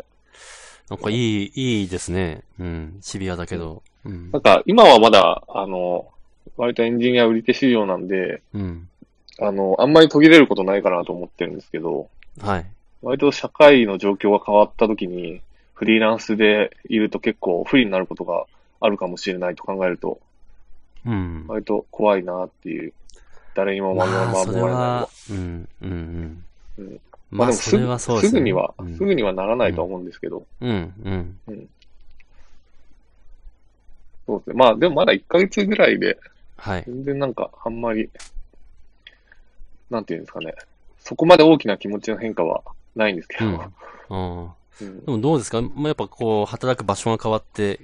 なんかいい、いいですね。うん。シビアだけど。うん
な。んか今はまだ、あの、割とエンジニア売り手市場なんで、
うん。
あの、あんまり途切れることないかなと思ってるんですけど、
はい。
割と社会の状況が変わった時に、フリーランスでいると結構不利になることがあるかもしれないと考えると、
うん。
割と怖いなっていう、誰にも
ま
守られ
あ、
ない
それは、うん、うん、う
うんん。
まあ、
でも
そ
す
れ
ぐ
はそうですすね。
ぐには、
うん
すぐにはならないとは思うんですけど、
うん、うん。
そうですね。まあでもまだ1ヶ月ぐらいで、
はい。
全然なんかあんまり、なんていうんですかね、そこまで大きな気持ちの変化はないんですけ
う
ど、
ん。うん。
うん
でもどうですかまあ、やっぱこう、働く場所が変わって、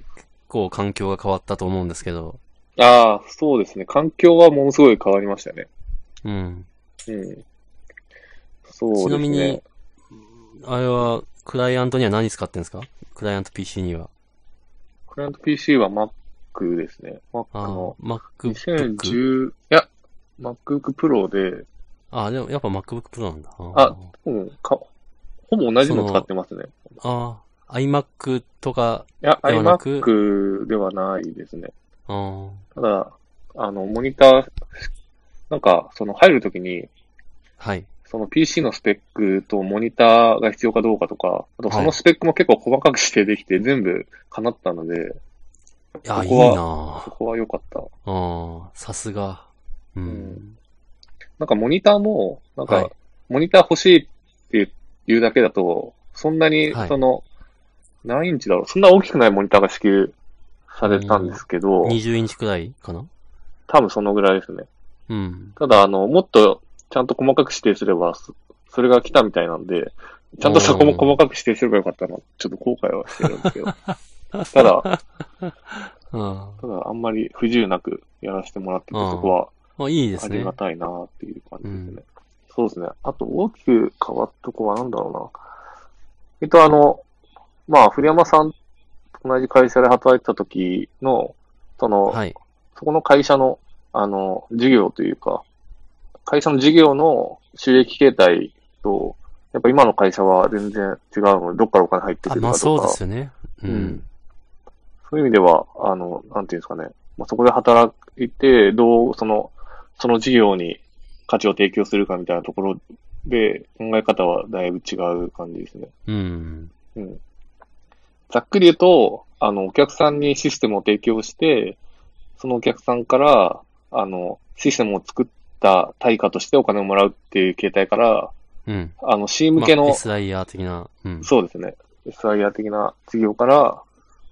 こう、環境が変わったと思うんですけど。
ああ、そうですね。環境はものすごい変わりましたね。
うん。
うん。そうですね。
ちなみに、あれは、クライアントには何使ってんですかクライアント PC には。
クライアント PC は Mac ですね。Mac
ああ
の、
MacBook。
2010、いや、MacBook Pro で、
ああ、でもやっぱ MacBook Pro なんだ。あ
あうん、か、ほぼ同じの使ってますね。
ああ、iMac とか、
いや、
ではなく
iMac ではないですね。
ああ、
ただ、あの、モニター、なんか、その入るときに、
はい。
その PC のスペックとモニターが必要かどうかとか、あとそ
はい
のスペックも結構細かく指定できて全部叶ったので、
いや、
こ
いい
こは
な
そこは良かった。
ああ、さすが。う。
うんなんかモニターも、なん
はい
か、モニター欲しいっていうだけだと、そんなに
はい、
その、何インチだろう、そんな大きくないモニターが支給されたんですけど、
20インチくらいかな
多分そのぐらいですね。
うん。
ただ、あの、もっとちゃんと細かく指定すれば、そそれが来たみたいなんで、ちゃんとそこも細かく指定すればよかったな、ちょっと後悔はしてるんですけど。 ただ、
ああ
ただあんまり不自由なくやらせてもらってて、
うん
そこは
まあ、いいです
あ
ね
りが。たいなっていう感じですね。そうですね。あと大きく変わったとこはなんだろうな。えっと、あの、まあ、古山さんと同じ会社で働いてた時の、その、
はい。
そこの会社の、あの、事業というか、会社の事業の収益形態と、やっぱ今の会社は全然違うので、どっからお金入ってく
あ、
るかとか、
まあそうですよね。う
うんん。そういう意味では、あの、なんていうんですかね、まあ、そこで働いて、どう、その、その事業に価値を提供するかみたいなところで、考え方はだいぶ違う感じですね。
うん。
うん。ざっくり言うと、あの、お客さんにシステムを提供して、そのお客さんから、あの、システムを作った対価としてお金をもらうっていう形態から、
うん。
あの、C
ま
向
あ
けの、
SIR 的な。うん。
そうですね。SIR 的な事業から、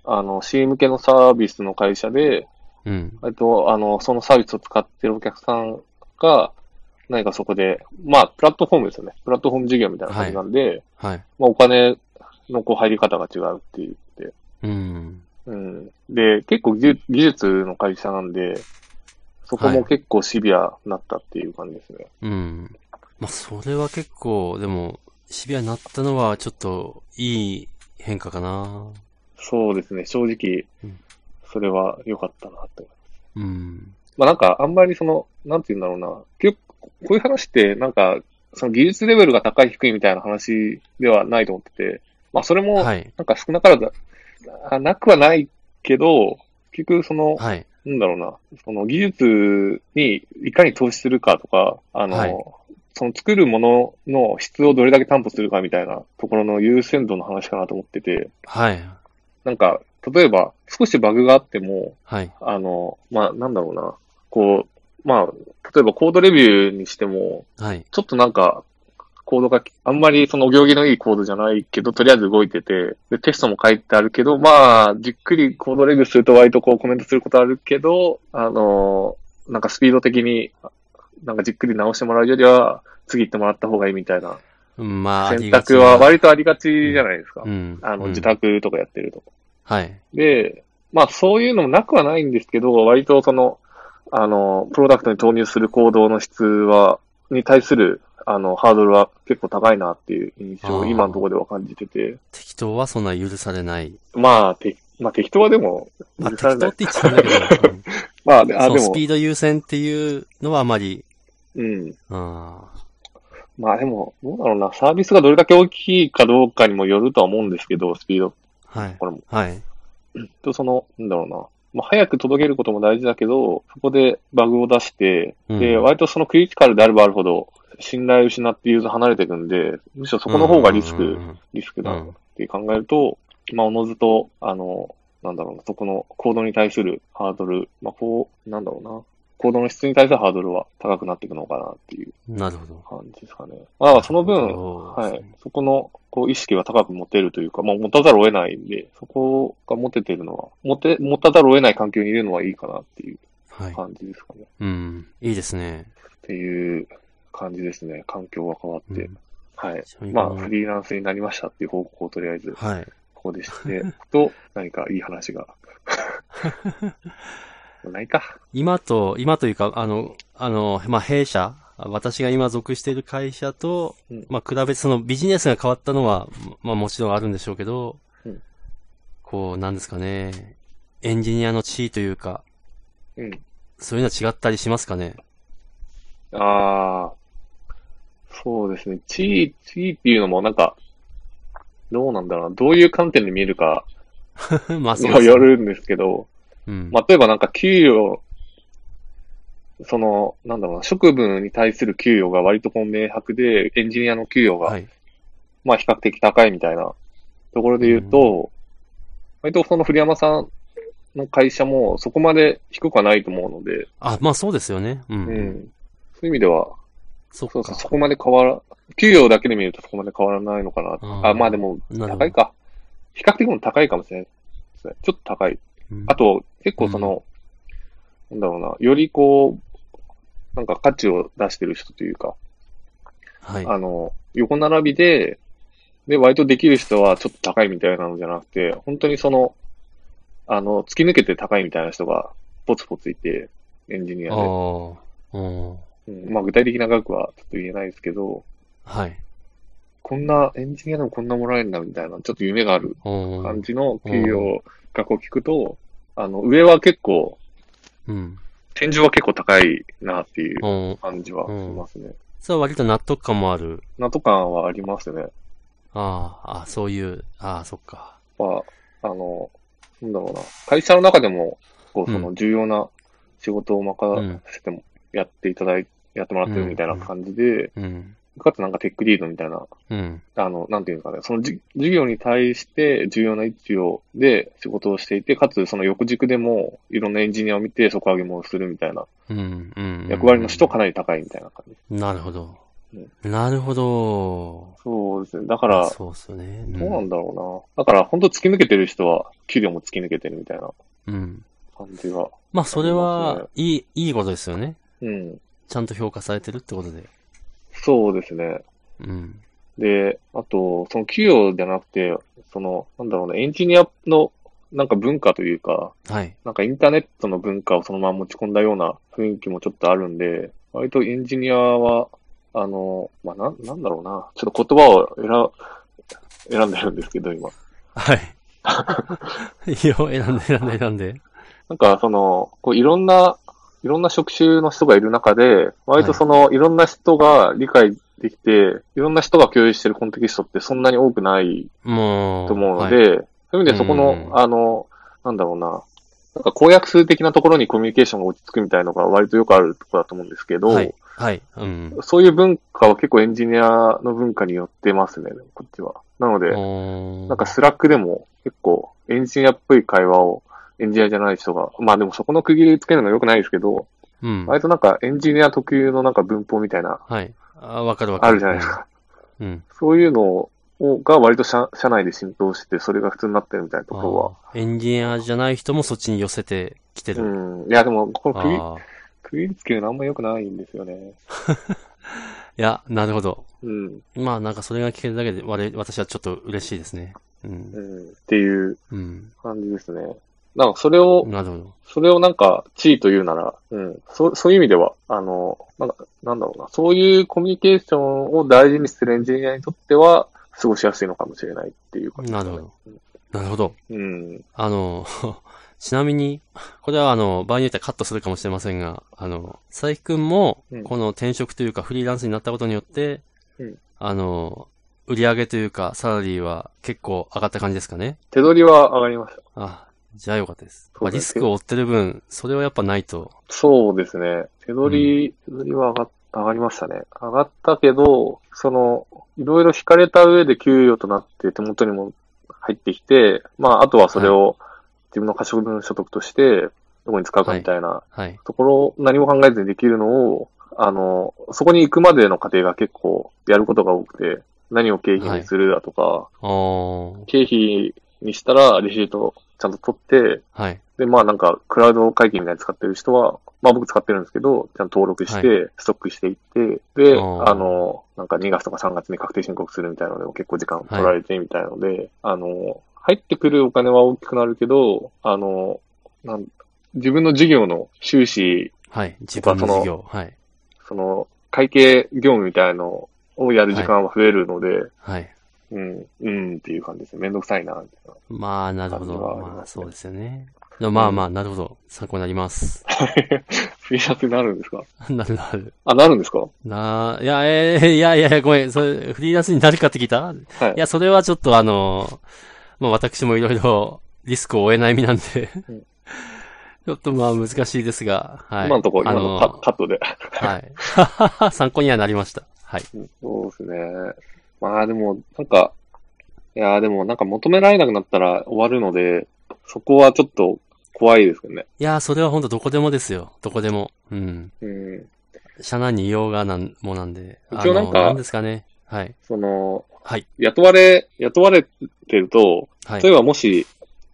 あの、C 向けのサービスの会社で、
うん。
えっと、あの、そのサービスを使ってるお客さんが、何かそこで、まあ、プラットフォームですよね。プラットフォーム事業みたいな感じなんで、
はい。
まあ、お金のこう入り方が違うっていうって。
うん。
うん。で、結構技術技術の会社なんで、そこ
はい
も結構シビアになったっていう感じですね。
うん。まあそれは結構、でも、シビアになったのはちょっといい変化かな。
そうですね。正直
うん、
それは良かったなと。
うん。
まあなんか、あんまりその、なんて言うんだろうな。結構、こういう話って、なんか、その技術レベルが高い低いみたいな話ではないと思ってて、まあそれも、
はい。
なんか少なからず、あなくはないけど、結局その、
はい。
なんだろうな、その技術にいかに投資するかとか、あの、
はい
その作るものの質をどれだけ担保するかみたいなところの優先度の話かなと思ってて、
はい。
なんか、例えば少しバグがあっても、
はい。
あの、まあ、なんだろうな、こう、まあ、例えばコードレビューにしても、
はい。
ちょっとなんか、コードが、あんまりそのお行儀のいいコードじゃないけど、とりあえず動いてて、で、テストも書いてあるけど、まあ、じっくりコードレビューすると割とこうコメントすることあるけど、あのーなんかスピード的に、なんかじっくり直してもらうよりは、次行ってもらった方がいいみたいな
うんまあ、あり
選
がち
択
な
は割とありがちじゃないですか
う。ん。
あの、
うん
自。宅とかやってると。
はい。
で、まあそういうのもなくはないんですけど、割とその、あの、プロダクトに投入する行動の質は、に対する、あの、ハードルは結構高いなっていう印象
あ
を
ー
今のところでは感じてて、
適当はそんな許されない。
まあ、てまあ適当はでも、
まあ、
許
適
され
当
ない
って言っちゃうんだけど。うん
ま あ、であ
そ
で
う、ス
も、
ピード優先っていうのはあまり、
うん。
ああ、
まあでも、どうだろうな、サービスがどれだけ大きいかどうかにもよるとは思うんですけど、スピード、
はい。
これも。
はい。
と、その、なんだろうな。まあ、早く届けることも大事だけど、そこでバグを出して、
うん
で、割とそのクリティカルであればあるほど、信頼を失ってユーザー離れていくんで、むしろそこの方がリス
うんうんう
ク
ん、うん
リスクだ
う
っ
ん
て考えると、まあ、おのずと、あの、なんだろうな、そこの行動に対するハードル、まあ、こう、なんだろうな、行動の質に対するハードルは高くなっていくのかなっていう
なるほど。
感じですかね。まあ、だからその
なる
分、
ほど
はい。そこの、こう、意識は高く持てるというか、まあ、持たざるを得ないんで、そこが持ててるのは、持て、持たざるを得ない環境にいるのはいいかなっていう
はい。
感じですかね。っ
うん。いいですね。
ていう感じですね。環境が変わっ
うん
て。はい。
ちなみに
ま
こ
あ、
の
フリーランスになりましたっていう報告をとりあえず、
はい。
ここでして、と、何かいい 話が。ないか。
今と、今というか、あの、あの、まあ、弊社、私が今属している会社と、
うん
まあ、比べてそのビジネスが変わったのは、まあ、もちろんあるんでしょうけど、
うん
こう、なんですかね、エンジニアの地位というか、
うん。
そういうのは違ったりしますかね。
ああ、そうですね。地位、地位っていうのもなんか、どうなんだろうな。どういう観点で見えるか
まあ、そうです
にも
ね
よ。るんですけど、
うん。
まあ例えばなんか給与、その、なんだろうな、職務に対する給与が割とこう明白で、エンジニアの給与が、
はい。
まあ比較的高いみたいなところで言うと、割とその古山さんの会社もそこまで低くはないと思うので、
あ、まあ、そうですよね。うん。
うん。そういう意味では、
そっ
そう
か
そう、。そこまで変わら、給与だけで見るとそこまで変わらないのかな。
あー
あまあでも、
なるほ
高
ど
い。か。比較的も高いかもしれないですね。ちょっと高い。
うん
あと、結構その、なんだろうな、よりこう、なんか価値を出してる人というか、
はい。
あの、横並びで、で、割とできる人はちょっと高いみたいなのじゃなくて、本当にその、あの、突き抜けて高いみたいな人が、ポツポツいて、エンジニア
あ
で。
ーうん。
うん、まあ具体的な額はちょっと言えないですけど、
はい。
こんな、エンジニアでもこんなもらえるんだみたいな、ちょっと夢がある
うん
感じの給与がこう聞くと、あの、上は結構、
うん。
天井は結構高いなっていう
うん。
感じはしますね。
それは割と納得感もある。
納得感はありますね。
ああ、あそういう、ああ、そっか。
まあ、あの、なんだろうな。会社の中でも、こ
う
う、
ん
その重要な仕事を任せても、やっていただい、やってもらってるみたいな感じで、
うん。
かつなんかテックリードみたいな、
うん。
あの、なんていうんですかね、そのじ事業に対して重要な一置を、で仕事をしていて、かつその横軸でも、いろんなエンジニアを見て底上げもするみたいな、
うん。うん。
役割の人かなり高いみたいな感じ。
なるほど。なるほど。
そうですね。だから、
そうっすよね。
どうなんだろうな。だから、本当突き抜けてる人は、給料も突き抜けてるみたいな
うん。
感じが。
まあ、それは、いい、いいことですよね。
うん。
ちゃんと評価されてるってことで。
そうですね。
うん。
で、あと、その給与じゃなくて、その、なんだろうね、エンジニアの、なんか文化というか、
はい。
なんかインターネットの文化をそのまま持ち込んだような雰囲気もちょっとあるんで、割とエンジニアは、あの、まあ、なん、なんだろうな。ちょっと言葉を選、選んでるんですけど、今。
はい。いいよ、選んで、選んで、選んで。
なんか、その、こういろんな、いろんな職種の人がいる中で、割とその、いろんな人が理解できて、いろんな人が共有してるコンテキストってそんなに多くない
もう。
と思うの
はい、
で、そういう意味でそこ
うん
の、
うん
あの、なんだろうな、なんか公約数的なところにコミュニケーションが落ち着くみたいのが割とよくあるところだと思うんですけど、
はい。はい。うん。
そういう文化は結構エンジニアの文化によってますね、こっちは。なので、な
なん
か、スラックでも結構エンジニアっぽい会話をエンジニアじゃない人が、まあでもそこの区切りつけるのが良くないですけど、
うん。
割となんかエンジニア特有のなんか文法みたいな、
はい。あ、わかるわかる。
あるじゃないですか。
うん。
そういうのを、が割と社社内で浸透して、それが普通になってるみたいなと
あ
ころは。
ーエンジニアじゃない人もそっちに寄せてきてる。
うん。いや、でも、この区切
ああ。
り、区切りつけるのあんま良くないんですよね。
いや、なるほど。
うん。
まあ、なんかそれが聞けるだけで、われ私はちょっと嬉しいですね。う。
うんん。っていう
うん。
感じですね。なんか、それを、
なるほど。
それをなんか、地位というなら、うん。そそういう意味では、あの、なんか、なんだろうな。そういうコミュニケーションを大事にするエンジニアにとっては、過ごしやすいのかもしれないっていう感じです
な
か
る
ね
ほど。なるほど。
うん。
あの、 ちなみに、これはあの、場合によってはカットするかもしれませんが、あの、佐伯くんも
うん、
この転職というかフリーランスになったことによって、
うん
あの、売り上げというか、サラリーは結構上がった感じですかね。
手取りは上がりました。
あ、じゃあよかったです。
そう
まあ、
だね
リスクを負ってる分、それはやっぱないと。
そうですね。手取り、手取りは上がっ上がりましたね。上がったけど、その、いろいろ引かれた上で給与となって手元にも入ってきて、まあ、あとはそれを自分の可処分所得として、どこに使うかみたいな
はい。
ところ、何も考えずにできるのを、あの、そこに行くまでの過程が結構やることが多くて、何を経費にするだとか、
あー
経費にしたらレシートちゃんと取って、
はい。
で、まあなんか、クラウド会計みたいに使ってる人は、まあ僕使ってるんですけど、ちゃんと登録して、ストックしていって、で、
あー
あの、なんか2月とか3月に確定申告するみたいなのでも結構時間取られてみたいので、あの、入ってくるお金は大きくなるけど、あの、なん自分の事業の収支、
はい。自分の
その
事業。はい。
その、会計業務みたいのをやる時間は増えるので、
はい。
うん、うんっていう感じですね。めんどくさいな、みたいな。
まあ、なるほど。
感じはありますね
まあ、そうですよね。でもまあまあ、なるほど。参考になります。
フリーランスになるんですか
なるなる。
あ、なるんですか
なあ、いや、えーい やいやいや、ごめん、それ、フリーランスになるかって聞いたい
はい。
や、それはちょっとあの、まあ私もいろいろリスクを負えない身なんで
うん、
ちょっとまあ難しいですが、はい。
今のところ、
あ
今のカ
の、
カットで。
はい。 参考にはなりました。はい。
そうですね。まあでも、なんか、いやーでもなんか求められなくなったら終わるので、そこはちょっと怖いですけどね。
いや、それは本当どこでもですよ。どこでも。うん。
うん。
社内にいようがなん、もなんで。
一応なんか
あのなんですかね。はい。
その、
はい。
雇われ、雇われてると、
は
例え
い。
ばもし、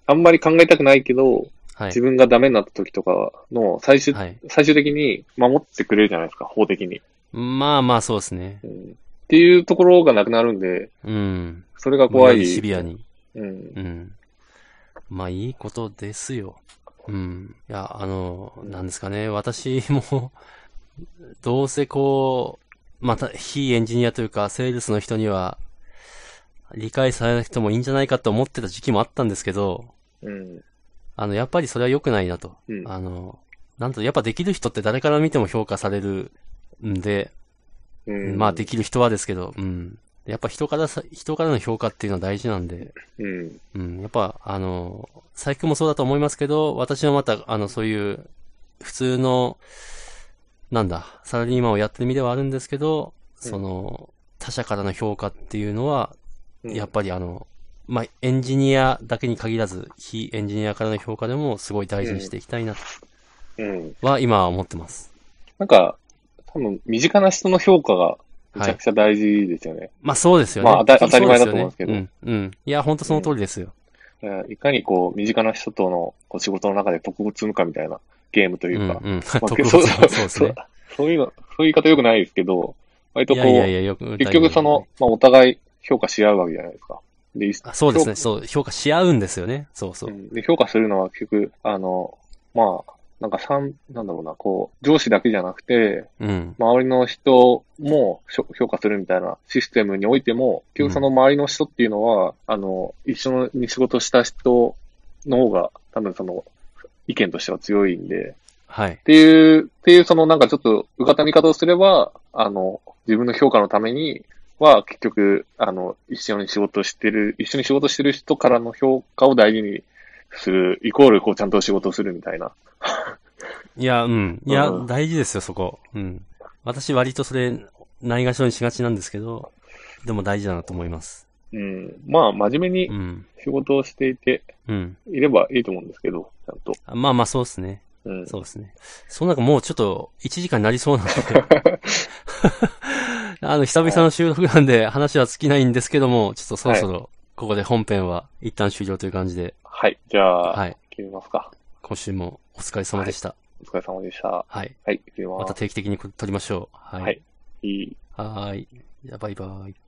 あんまり考えたくないけど、
はい
自。分がダメになった時とかの最終、
はい。
最終的に守ってくれるじゃないですか、法的に。
まあまあそうですね
う。ん、っていうところがなくなるんで、
うん。
それが怖い。
シビアに。
うん。
うん。まあ、いいことですよ。うん。いや、あの、なんですかね、私も、どうせこう、また、非エンジニアというか、セールスの人には、理解されなくてもいいんじゃないかと思ってた時期もあったんですけど、
うん。
あの、やっぱりそれは良くないなと。
うん。
あの、なんと、やっぱできる人って誰から見ても評価されるんで、
うん。
まあ、できる人はですけど、うん。やっぱ人からさ、人からの評価っていうのは大事なんで、
うん。
うん。やっぱ、あの、佐伯くんもそうだと思いますけど、私はまた、あの、そういう、普通の、なんだ、サラリーマンをやってる身ではあるんですけど、
うん
その、他者からの評価っていうのは、
うん
やっぱりあの、まあ、エンジニアだけに限らず、非エンジニアからの評価でもすごい大事にしていきたいな、
うん。
は今は思ってます。
なんか、多分、身近な人の評価がめちゃくちゃ大事ですよね。
まあそうですよね。
まあ当た当たり前だと思うんですけど
そうよねうん。うん。いや、本当その通りですよ。
いやいかにこう、身近な人とのこう仕事の中で得を積むかみたいなゲームと
う
い
ん、う
うん か。。
特
まあ
別
そう
なそうですね。
そういうの、そういう言い方良くないですけど、割と
い
こ、
やいやいうや、よく。
結局その、まあお互い評価し合うわけじゃないですか。で、
あ、そうですね。そう、評価し合うんですよね。そうそうう。
んで、評価するのは結局、あの、まあ、なんか三、なんだろうな、こう、上司だけじゃなくて、
うん。
周りの人もしょ評価するみたいなシステムにおいても、結局その周りの人っていうのは、あの、一緒に仕事した人の方が、多分その、意見としては強いんで、
はい
っ。ていう、っていうそのなんかちょっと、うがった見方をすれば、あの、自分の評価のためには、結局、あの、一緒に仕事してる、一緒に仕事してる人からの評価を大事にする、イコール、こう、ちゃんと仕事をするみたいな。
いや、うん。いや
う、ん
大事ですよ、そこ。うん。私割とそれ、ないがしろにしがちなんですけど、でも大事だなと思います。
うん。まあ、真面目
う
に
ん。
仕事をしていて、
うん。
いればいいと思うんですけど、ちゃんと。
あまあまあ、そうですね。
うん。
そうですね。その中もうちょっと1時間になりそうなんで。 あの、久々の収録なんで話は尽きないんですけども、ちょっとそろそろここで本編は一旦終了という感じで、
はい。じゃあ、
はい。
切りますか。
今週もお疲れ様でした。
お疲れ様でした。
はい。
はい、切り
ま
ま
た
す。
定期的に撮りましょう。は
はいい。いい。
はーい。じゃあバイバイ。